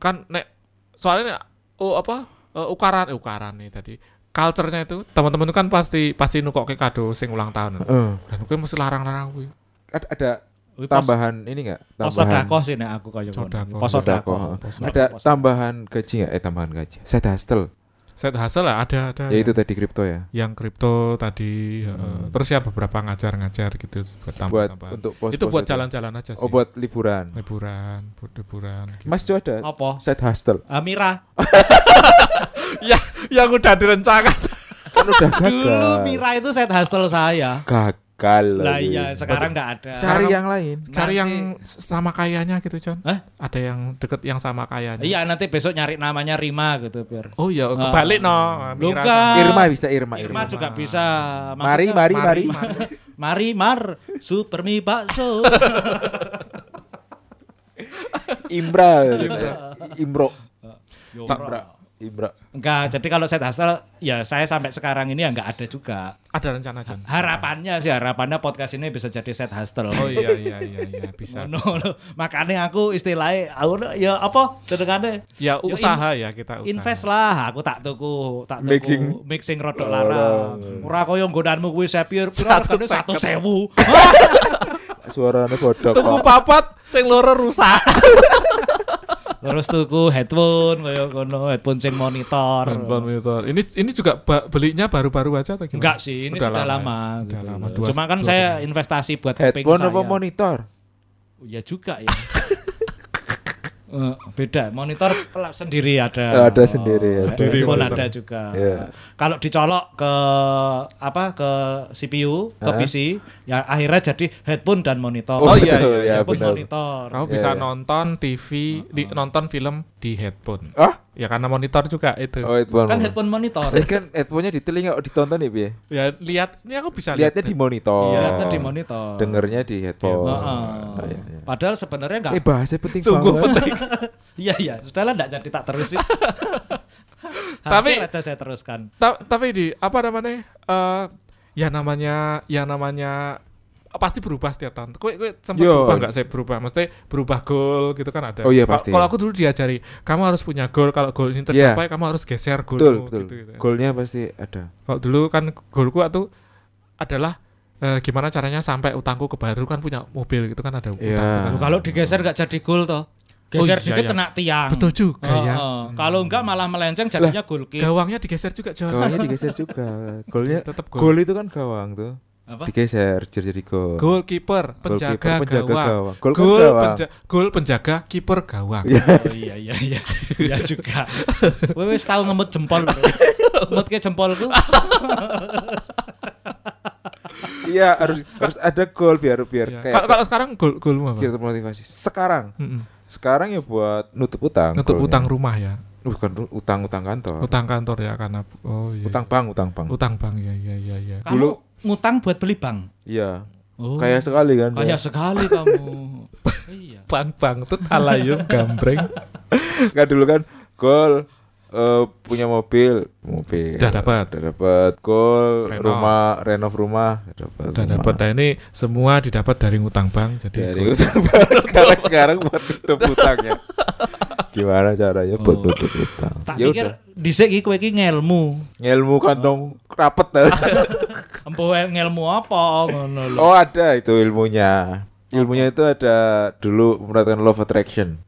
kan nek soalnya nek- oh apa eh, ukaran eh, ukaran nih tadi culture-nya itu teman-teman itu kan pasti pasti nukokke kado sing ulang tahun Eh, dan gue mesti larang-larang gue ada, ada Wih, pos- tambahan ini enggak? pos Tambahan. sodako sih nek aku kaya ngono. Sodako. pos sodako Sodako. Pos sodako, Ada pos sodako. tambahan gaji enggak? Eh tambahan gaji. Set hustle. set hasil lah ada Oh, ada Ya iya. itu tadi kripto ya. yang kripto tadi heeh. terus ya beberapa ngajar-ngajar gitu buat Buat tambah-tambahan untuk pos itu buat jalan-jalan aja Iya sih Oh buat liburan. liburan buat liburan gitu. Mas Jo ada apa set hustle. Amira *laughs* ya yang udah direncanakan Kan udah dulu gagal. Mira itu set hostel saya Gagal. lah lagi. iya sekarang nggak ada Cari yang lain. cari Nanti- yang s- sama kayanya gitu John Hah? ada yang deket yang sama kayanya iya nanti besok nyari namanya Rima gitu biar oh iya kebalik no Lu Mira kan- Irma bisa Irma Irma Irma. juga bisa Mari Maksudnya- mari mari. Mari mar super *laughs* mie bakso Imra. Imro. Yo, Imra. Imra. Enggak, jadi kalau set hustle ya saya sampai sekarang ini ya enggak ada juga. sama- ada rencana John Harapannya sih harapannya podcast ini bisa jadi set hustle. oh iya iya iya, iya. bisa *laughs* Ngono lho. Makanya aku istilahnya aku ya apa jenengane ya Ya, usaha ya kita usaha invest lah aku tak tuku tak tuku Mixing. mixing rodok larang. Ora koyo nggonanmu kuwi sepir Oh. pira Satu regane seket. 1000. Suaranya bodoh tunggu kok. papat sing loro rusak Terus tuku headphone koyo ngono, headphone sing monitor. Handphone monitor. Ini ini juga ba- belinya baru-baru aja atau gimana? Enggak sih, ini sudah, ya? Udah lama. gitu lama. loh. Dua- Cuma kan dua tahun. saya ya. investasi buat kuping Headphone Oh, apa saya. monitor? Ya juga ya. *laughs* Eh, beda monitor pel- Eh, sendiri ada ada sendiri, ya. Sendiri pun monitor. ada juga Iya. kalau dicolok ke apa ke CPU ke Ah. PC ya akhirnya jadi headphone dan monitor Oh, iya, betul, iya, ya, headphone benar. monitor Kamu Iya, bisa iya. nonton TV, di, nonton film di headphone. Ah? Ya karena monitor juga itu. Oh, headphone. kan headphone monitor Eh, kan headphone-nya di telinga oh, ditonton ya, Bi? Ya lihat, ini aku bisa Lihatnya di lihat. monitor. Iya, kan di monitor Dengernya di headphone. Heeh. Nah. Oh, iya, iya. padahal sebenarnya nggak Eh, bahasnya penting Sungguh banget. penting. iya iya sudahlah nggak jadi tak terusin Tapi- Hampir aja saya teruskan Ta- tapi di apa namanya? eh ya namanya ya namanya pasti berubah setiap tahun. Kowe kowe sempat Yo. berubah nggak sih berubah? Mesti berubah goal gitu kan ada. Oh iya, Kalau- pasti. Kalau aku dulu diajari, kamu harus punya goal. Kalau goal ini Iya. tercapai, kamu harus geser goal. *laughs* Betul, betul. Gitu, gitu. Golnya pasti ada. Kalau dulu kan goalku itu adalah eh, gimana caranya sampai utangku ke baru kan punya mobil gitu kan ada utang. Iya. Loh, kalau digeser nggak jadi gol toh geser iya, dikit iya. kena tiang Betul juga Oh, ya. oh. Kalau enggak malah melenceng jadinya gol kick. Gawangnya digeser juga John. Gawangnya digeser juga. Golnya Tetap gol goal. itu kan gawang tuh. Apa? Digeser jadi jadi gol. Goalkeeper, Goalkeeper, penjaga, penjaga gawang. gawang. Goal kan Goal, gawang. penja- goal penjaga, kiper gawang. Oh, iya iya iya. Iya juga. Kowe wis tahu ngemut jempol. Ngemutke jempolku. Iya, harus harus ada gol biar biar Ya. kayak Kalau kalau sekarang goal goalmu apa? biar termotivasi. Sekarang, Mm-mm. sekarang ya buat nutup utang. Nutup golnya. utang rumah ya, bukan ru- utang-utang kantor. utang kantor ya karena oh iya. Utang bank, utang bank. utang bank ya ya ya ya. Kamu Dulu- ngutang buat beli bank. Iya. Oh, Kaya sekali kan. kaya Kaya. sekali kamu. iya. Bank bank itu talayum gambreng. Kan dulu kan gol eh, punya mobil, mobil. Udah dapat. Udah dapat gol, Renov. rumah, renov rumah, udah dapat. Udah rumah. dapat. Nah, ini semua didapat dari utang bank. Jadi Dari goal. utang *laughs* bank sekarang sekarang buat tutup utangnya. Gimana caranya buat Oh. tutup utang? Tak Ya pikir udah. dhisik iki kowe iki ngelmu. Ngelmu Oh. kantong rapet. *laughs* Empo eh, ngelmu apa ngono lho. oh, ada itu ilmunya. Ilmunya itu ada dulu menerapkan law of attraction.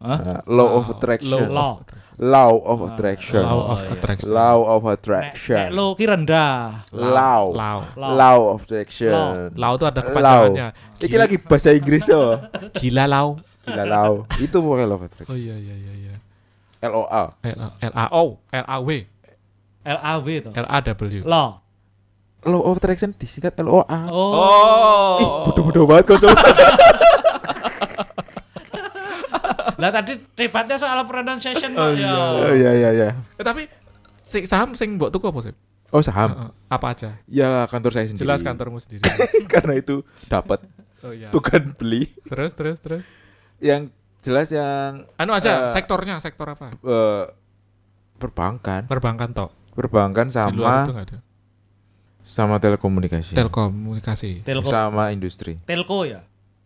Hah? Nah, law of attraction. Law. Law of attraction. Ah, Law of Oh, iya. attraction. Law of Nek, nek attraction. lo ki rendah. Law. Law. Law. Law of attraction. Law itu ada Law. kepanjangannya. Iki lagi bahasa Inggris yo. Gila law. Gila law. Itu pokoknya law of Oh attraction. iya iya iya iya. LOA. L A O L A W LAW to. L A Gitu. W. Law. Law of attraction disingkat LOA. Oh. Ih, bodoh-bodoh banget kau coba. Lah tadi debatnya soal pronunciation Mas, ya. Oh *laughs* iya iya iya. Eh, tapi sing saham sing mbok tuku apa sih? Oh saham. Heeh. Apa aja? Ya kantor saya sendiri. Jelas kantormu sendiri. *laughs* Karena itu *laughs* dapat Oh iya. bukan beli. Terus terus terus. Yang jelas yang Anu aja Eh, sektornya, sektor apa? eh, perbankan, Perbankan tok. perbankan Di luar itu sama nggak ada. sama telekomunikasi. Telekomunikasi. Telkom. Sama industri. Telco ya?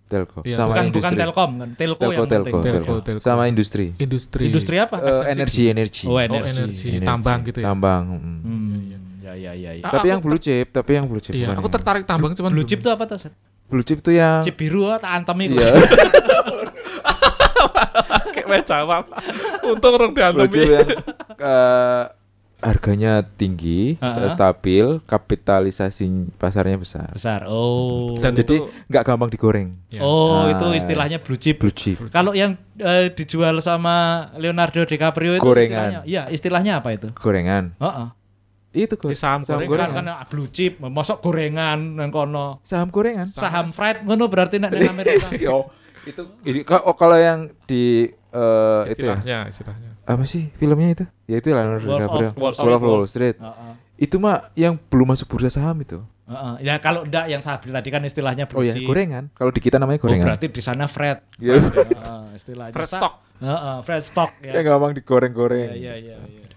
Telco. Iya, sama Bukan bukan industri. Telkom kan. ya, Telco, telco, yang telco, penting. Telco, telco. telco. Sama industri. Industri. Industri apa? Eh, energi, energi. Oh, Oh, energi. energi. Tambang gitu ya. Tambang. mm. Hmm. Ya ya ya. ya. Ta- Tapi aku yang blue chip, tapi yang blue chip. Iya, bukan aku yang- tertarik tambang cuman Blue belum- chip itu apa tuh? Sir? Blue chip tuh yang Chip biru ah, tak antem itu. Iya. Kayak wes jawab. *laughs* Untung orang diantem. blue chip yang eh, harganya tinggi, Ah, eh, Ha-ha. stabil, kapitalisasi pasarnya besar. Besar. Oh. Dan- Jadi itu- nggak gampang digoreng. Ya. Oh, Ah. itu istilahnya blue chip. Blue chip. Kalau yang eh, dijual sama Leonardo DiCaprio itu Gorengan. istilahnya, iya, istilahnya apa itu? Gorengan. Heeh. Itu go- Eh, saham Kan gorengan. kan ah, blue chip, mosok gorengan nang kono. Saham gorengan. Saham Fred ngono berarti nek nang Amerika. *laughs* Yo, itu ini ka- oh, kalau yang di eh, itu ya. Istilahnya, istilahnya. Apa sih filmnya itu? Ya itu lah Leonardo Wolf of DiCaprio. Wall Wolf of Street. Wall Street. Heeh. Itu mah yang belum masuk bursa saham itu. Heeh. Ya kalau ndak yang Sabri tadi kan istilahnya blue Oh ya, chip. gorengan. Kalau di kita namanya Oh, gorengan. berarti di sana Fred. *laughs* Iya. Heeh, istilahnya. Fred Sa- stock. Heeh, Fred stock Ya ya. gampang digoreng-goreng. Iya, iya, iya, iya.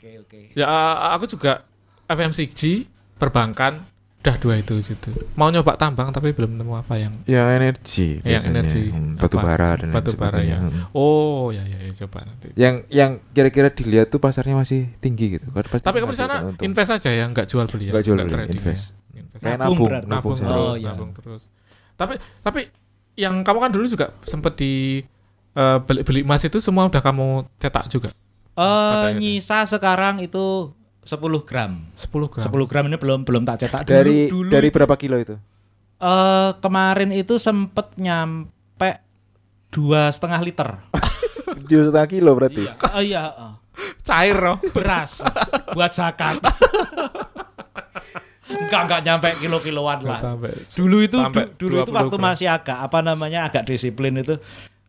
Oke, oke. Ya a- aku juga FMCG, perbankan, udah dua itu situ. Mau nyoba tambang tapi belum nemu apa yang iya. Yang Ya, energi Ya, yang biasanya. energi Hmm, Iya, apa? batu bara dan lain batu bara sebagainya. iya. ya. Hmm. Oh ya ya, ya coba nanti. Yang yang kira-kira dilihat tuh pasarnya masih tinggi gitu. Kan pasti Tapi kamu di sana menghasilkan untung. invest aja ya, nggak jual beli ya. Nggak jual beli, trading ya. invest. Invest. Kayak Nabung nabung, berarti. nabung, Nabung sana. terus, Oh, iya. nabung terus. Tapi tapi yang kamu kan dulu juga sempat di eh, beli beli emas itu semua udah kamu cetak juga. Eh akhirnya. nyisa sekarang itu 10 gram. 10 gram. 10 gram ini belum belum tak cetak dulu. Dari dulu. dari berapa kilo *laughs* itu? *laughs* Eh, kemarin itu sempet nyampe dua setengah liter. kecil setengah kilo berarti. Iya, oh, iya, oh. Cair loh. beras buat *laughs* zakat. enggak enggak nyampe kilo-kiloan lah. Sampai dulu itu sampai du- dulu itu 20 waktu gram. masih agak apa namanya agak disiplin itu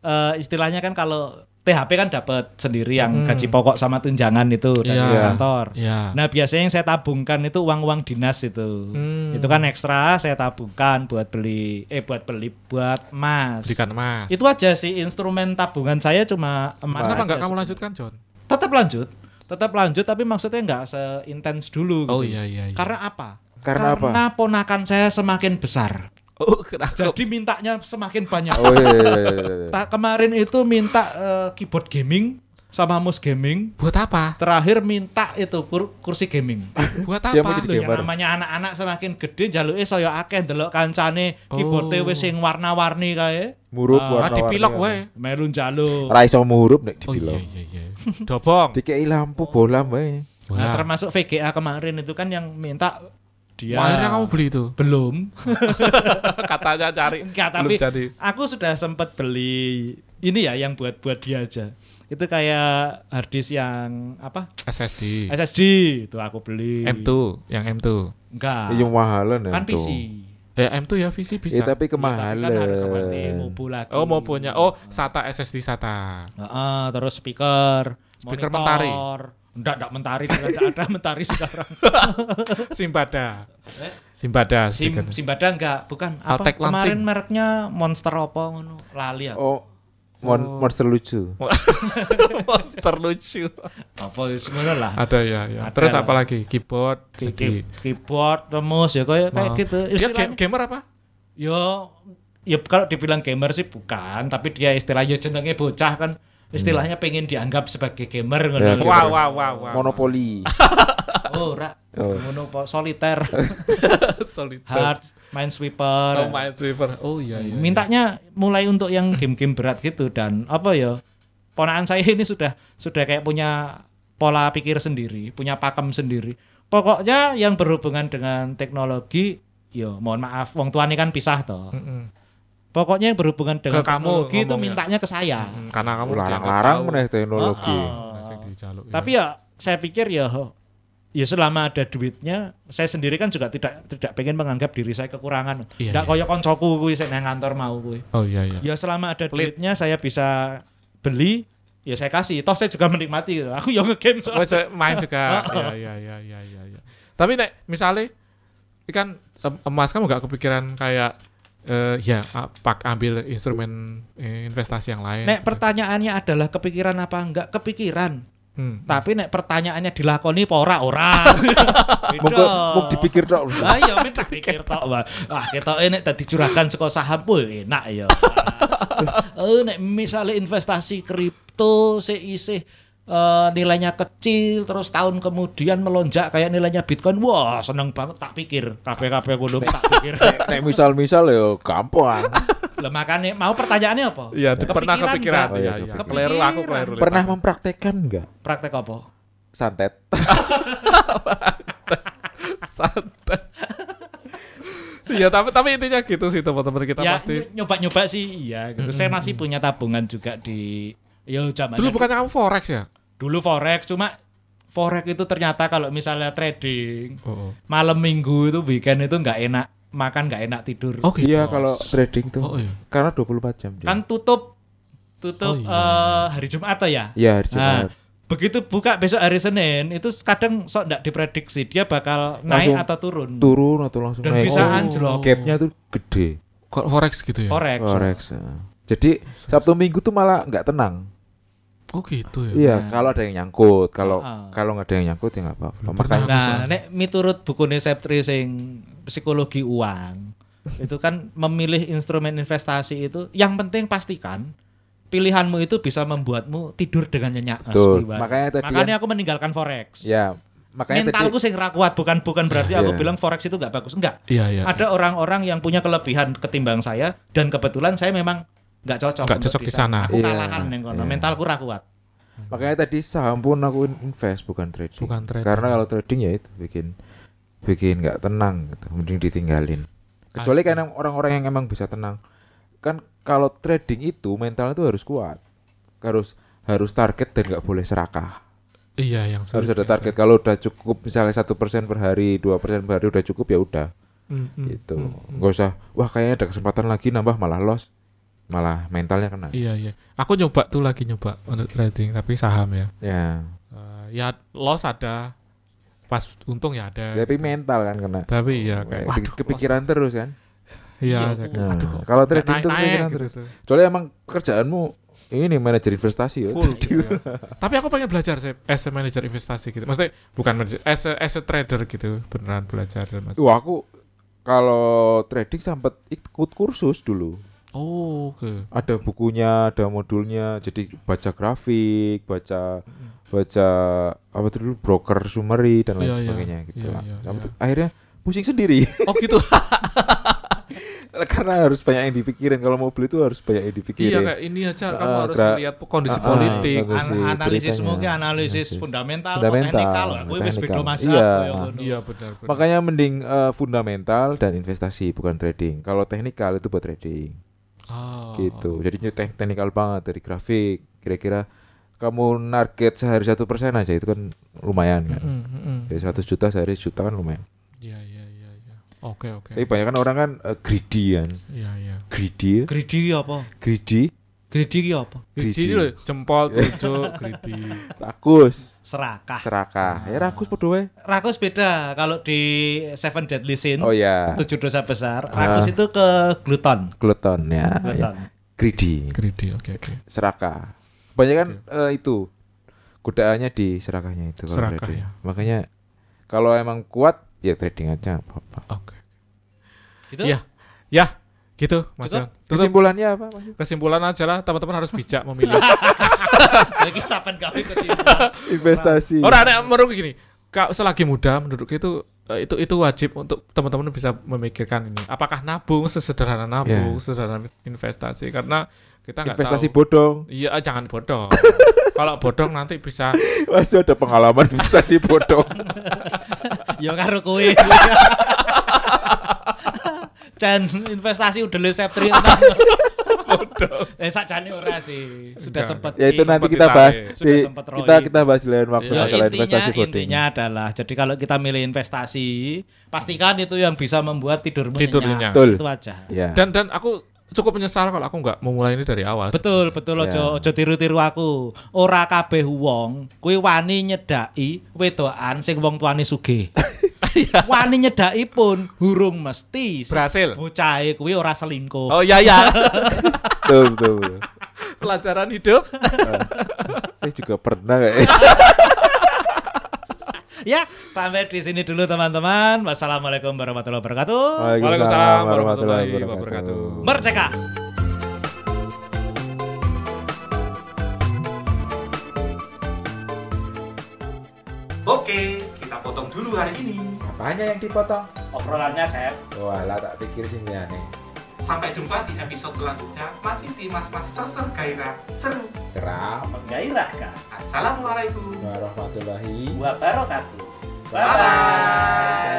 eh, istilahnya kan kalau THP kan dapat sendiri yang Hmm. gaji pokok sama tunjangan itu dari Iya. kantor. Iya. Nah biasanya yang saya tabungkan itu uang-uang dinas itu. Hmm. Itu kan ekstra saya tabungkan buat beli eh buat beli buat emas. belikan emas. Itu aja sih instrumen tabungan saya cuma emas. Masa apa enggak aja kamu sih. lanjutkan, John? Tetap lanjut. Tetap lanjut tapi maksudnya nggak seintens dulu Oh gitu. iya iya. iya. Karena apa? Karena apa? Karena ponakan saya semakin besar. oh kenapa? Jadi mintanya semakin banyak. Oh iya, iya, iya, iya, iya. Ta- kemarin itu minta eh, keyboard gaming sama mouse gaming. Buat apa? Terakhir minta itu kur- kursi gaming. Buat Dia apa? mau jadi Loh, yang gamer. ya, namanya anak-anak semakin gede jaluke saya akeh ndelok kancane keyboardnya Oh. wis sing warna-warni kae. Murup Ah, Ah, warna-warni. dipilok wae. Melu njaluk. Ra iso murup nek Oh dipilok. iya iya iya. Dobong. Dikei lampu bolam wae. Nah, Wah. termasuk VGA kemarin itu kan yang minta dia Wah, Ya. Akhirnya kamu beli itu. *laughs* belum. Katanya cari. Enggak, tapi Belum jadi. aku sudah sempat beli ini ya yang buat buat dia aja. Itu kayak harddisk yang apa? SSD. SSD itu aku beli. M2, yang M2. Enggak. Iya mahalan ya. kan tuh. PC. Ya M2 ya VC bisa. Eh tapi Tapi kemahalan. Kan harus seperti MOBU lagi. Oh mau punya. Oh SATA SSD SATA. Heeh, terus speaker, Speaker monitor. mentari. Enggak, enggak mentari, enggak ada *laughs* mentari sekarang. Simbada. Simbada. Sim, speaker. Simbada enggak, bukan apa Altec kemarin launching. mereknya Monster apa ngono, lali ya? aku. Oh mon- monster lucu. Monster lucu. Apa ya, semuanya lah. Ada ya. ya. Ada Terus lah. apa lagi? Keyboard. Jadi. Ki- Keyboard, mouse ya kayak kayak Maaf. gitu. Dia Istilahnya- ga- gamer apa? Yo, ya kalau dibilang gamer sih bukan, tapi dia istilahnya jenenge bocah kan istilahnya pengen dianggap sebagai gamer ngono Ya, lho. gamer. Wah wah wah wah. Monopoli. Oh, ora. Oh. Ngono po *laughs* solitaire, Solid. hard, minesweeper. Oh Minesweeper. Oh iya iya. iya. Mintanya mulai untuk yang game-game berat gitu dan apa ya? Ponakan saya ini sudah sudah kayak punya pola pikir sendiri, punya pakem sendiri. Pokoknya yang berhubungan dengan teknologi, yo mohon maaf, wong tuane kan pisah toh. Mm-mm. Pokoknya yang berhubungan dengan Ke kamu teknologi itu ngomongnya. mintanya ke saya. Mm, Karena kamu Larang-larang meneh teknologi. Oh, Masih dijaluk. Tapi ya saya pikir ya ya selama ada duitnya, saya sendiri kan juga tidak tidak pengen menganggap diri saya kekurangan. Iya, Nggak iya. koyo koncoku kuwi sing nang kantor mau kuwi. Oh iya iya. Ya selama ada Pelit. duitnya saya bisa beli, ya saya kasih. Toh saya juga menikmati. gitu. Aku ya nge-game soalnya. Wes Oh, main *laughs* juga. Iya iya iya iya iya. iya. Tapi nek misalnya ikan em- emas kamu nggak kepikiran kayak eh ya a- pak ambil instrumen eh, investasi yang lain. Nek pertanyaannya adalah kepikiran apa enggak? Kepikiran. Hmm. Tapi nek pertanyaannya dilakoni apa ora *laughs* ora. Monggo mung dipikir tok. oh. Lah iya men tak pikir tok, Mbak. Ah ketoke nek dadi curahkan saka saham kuwi enak *laughs* ya. Eh nek misale investasi kripto sik isih eh, nilainya kecil terus tahun kemudian melonjak kayak nilainya Bitcoin. Wah, seneng banget tak pikir. Kabeh-kabeh kudu tak *laughs* pikir. Nek misal-misal ya gampang. Lah makane mau pertanyaannya apa? Iya, di- pernah Kepikiran, kepikiran. Mbak. Iya, Oh, iya, iya. kepikiran. Keliru aku keliru. Pernah mempraktekkan enggak Praktek apa? santet? santai. Iya, tapi tapi intinya gitu sih teman-teman kita ya pasti. ny- nyoba-nyoba sih iya gitu. Saya masih punya tabungan juga di Yo, zaman Dulu bukannya kamu forex ya? dulu forex cuma forex itu ternyata kalau misalnya trading Oh, oh. malam minggu itu weekend itu nggak enak makan nggak enak tidur Oke. Iya kalau trading tuh. gitu. Oh, iya. Karena 24 jam dia. kan tutup Oh, tutup iya. eh, hari Jumat toh ya Iya hari Nah, Jumat. begitu buka besok hari Senin itu kadang sok nggak diprediksi dia bakal naik Langsung atau turun Turun atau langsung dan naik. bisa Oh, anjlok Gapnya tuh gede. Kok forex gitu ya? forex Forex. ya. Jadi Sabtu Minggu tuh malah nggak tenang. Oh gitu ya. Iya, kalau ada yang nyangkut, kalau Ah. kalau nggak ada yang nyangkut ya nggak apa-apa. Belum Makanya pernah. Nah, nek miturut bukunya Septri sing psikologi *laughs* uang, itu kan memilih instrumen investasi itu yang penting pastikan pilihanmu itu bisa membuatmu tidur dengan nyenyak. Mas Betul. Iwan. Makanya tadi kan- Makanya aku meninggalkan forex. ya makanya Mentalku tadi sing ra kuat bukan bukan berarti Iya. aku Ya. bilang forex itu nggak bagus. Enggak. Iya, iya. Ada orang-orang yang punya kelebihan ketimbang saya dan kebetulan saya memang nggak cocok Nggak untuk cocok di sana. Aku Iya. kalahan yang kono. Iya. Mentalku ra kuat. makanya tadi saham pun aku in- invest bukan trading. Bukan trading. Karena kalau trading ya itu bikin bikin nggak tenang gitu. Mending ditinggalin. Kecuali kan yang- orang-orang yang emang bisa tenang. Kan kalau trading itu mental itu harus kuat. Harus harus target dan nggak boleh serakah. Iya, yang sulit Harus ada biasa. target. Kalau udah cukup misalnya satu persen per hari, dua persen per hari udah cukup ya udah. Mm, mm, Gitu. mm, mm. Nggak usah. Wah kayaknya ada kesempatan lagi nambah malah loss, malah mentalnya kena. Iya, iya. Aku nyoba tuh lagi nyoba untuk trading tapi saham ya. Ya. Eh, ya loss ada, pas untung ya ada. Tapi mental kan kena. tapi ya kayak Kayak waduh, ke- kepikiran terus kan. Iya, Iya, saya kayak, Nah, aduh, kok kalau nggak trading tuh naik-naik kepikiran gitu terus. tuh. Soalnya emang kerjaanmu ini manajer investasi ya. Full. iya. Tapi aku pengen belajar Sep, as a manager investasi gitu. Maksudnya bukan manager, as a, as a trader gitu, beneran belajar dan mas. *laughs* Wah aku kalau trading sempat ikut kursus dulu. Oh, oke. Ada bukunya, ada modulnya. Jadi baca grafik, baca baca apa tuh dulu broker summary dan lain Iya, iya. sebagainya gitu. Iya, iya, Sampai iya. tuh Akhirnya pusing sendiri Oh *laughs* gitu. *laughs* karena harus banyak yang dipikirin. Kalau mau beli itu harus banyak yang dipikirin. iya kayak ini aja kamu Ah, harus tra- lihat kondisi ah, ah, politik. bagus. Terus An- si analisis beritanya. mungkin analisis Analisis. fundamental, Fundamental, teknikal, aku wis teknikal. bedo masak. Iya. ya ngono. Iya benar. benar. Makanya mending eh, fundamental dan investasi bukan trading. Kalau teknikal itu buat trading. Ah. gitu jadi new tek- teknikal banget dari grafik kira-kira kamu target sehari satu persen aja itu kan lumayan kan Mm, mm, mm. dari 100 juta sehari juta kan lumayan Iya iya iya. iya. Oke oke. tapi banyak kan orang kan eh, greedy kan Iya iya. greedy ya? Greedy ki apa? greedy Greedy ki apa? Greedy. Gigi loh, jempol, tunjuk, *laughs* kriti. rakus Ah, Serakah. serakah ya rakus podo wae. Rakus beda kalau di Seven Deadly Sin, Hmm? oh ya tujuh dosa besar. Rakus itu ke gluton. gluton ya, ya. Gluton. greedy Kriti, oke oke. serakah banyak kan eh, itu godaannya di serakahnya itu kalau Serakah, trading. ya. makanya kalau emang kuat ya trading aja nggak apa-apa Oke. Gitu? Iya. Ya, gitu Mas Yon. Cukup? Tutup. kesimpulannya apa Mas? Kesimpulan aja lah, teman-teman harus bijak memilih. *laughs* Lagi sapan kami kesimpulan. investasi *laughs* Orang ada menurut gini, kak selagi muda menurutku itu eh, itu itu wajib untuk teman-teman bisa memikirkan ini. Apakah nabung sesederhana nabung, sesederhana investasi? Karena kita nggak Ya. investasi tahu. *laughs* bodong Iya, eh, jangan *laughs* bodoh. Kalau bodoh nanti bisa Mas Jo ada pengalaman investasi bodong. Ya *laughs* karo kowe. Chan investasi udah lu septri tenang. Eh sakjane ora sih. Sudah Enggak, sempat ya itu Sempat nanti kita ditarik. bahas. Sudah Di- sempat kita rolling. kita bahas di lain waktu Ya, masalah intinya, investasi bodong. intinya adalah jadi kalau kita milih investasi pastikan itu yang bisa membuat tidurmu Tidur nyenyak. nyenyak. Betul. itu aja Ya. dan dan aku cukup menyesal kalau aku nggak memulai ini dari awal. betul betul Ya. ojo ojo tiru-tiru aku ora kabeh wong kuwi wani nyedaki wedokan sing wong tuane sugih *laughs* wani nyedaki pun hurung mesti Berhasil. bocah kuwi ora selingkuh Oh iya ya, Betul, betul, betul. *laughs* pelajaran hidup. *laughs* Saya juga pernah *laughs* kayak ya sampai di sini dulu teman-teman wassalamualaikum warahmatullahi wabarakatuh Waalaikumsalam warahmatullahi wabarakatuh. merdeka Oke, kita potong dulu hari ini. Apanya yang dipotong? Obrolannya Sep. Wah, lah tak pikir sih ya nih. Sampai jumpa di episode selanjutnya. Masih di Mas Mas Serser Gairah. Seru. Seram Menggairahkan. Assalamualaikum. warahmatullahi Wabarakatuh. Bye-bye. Bye-bye.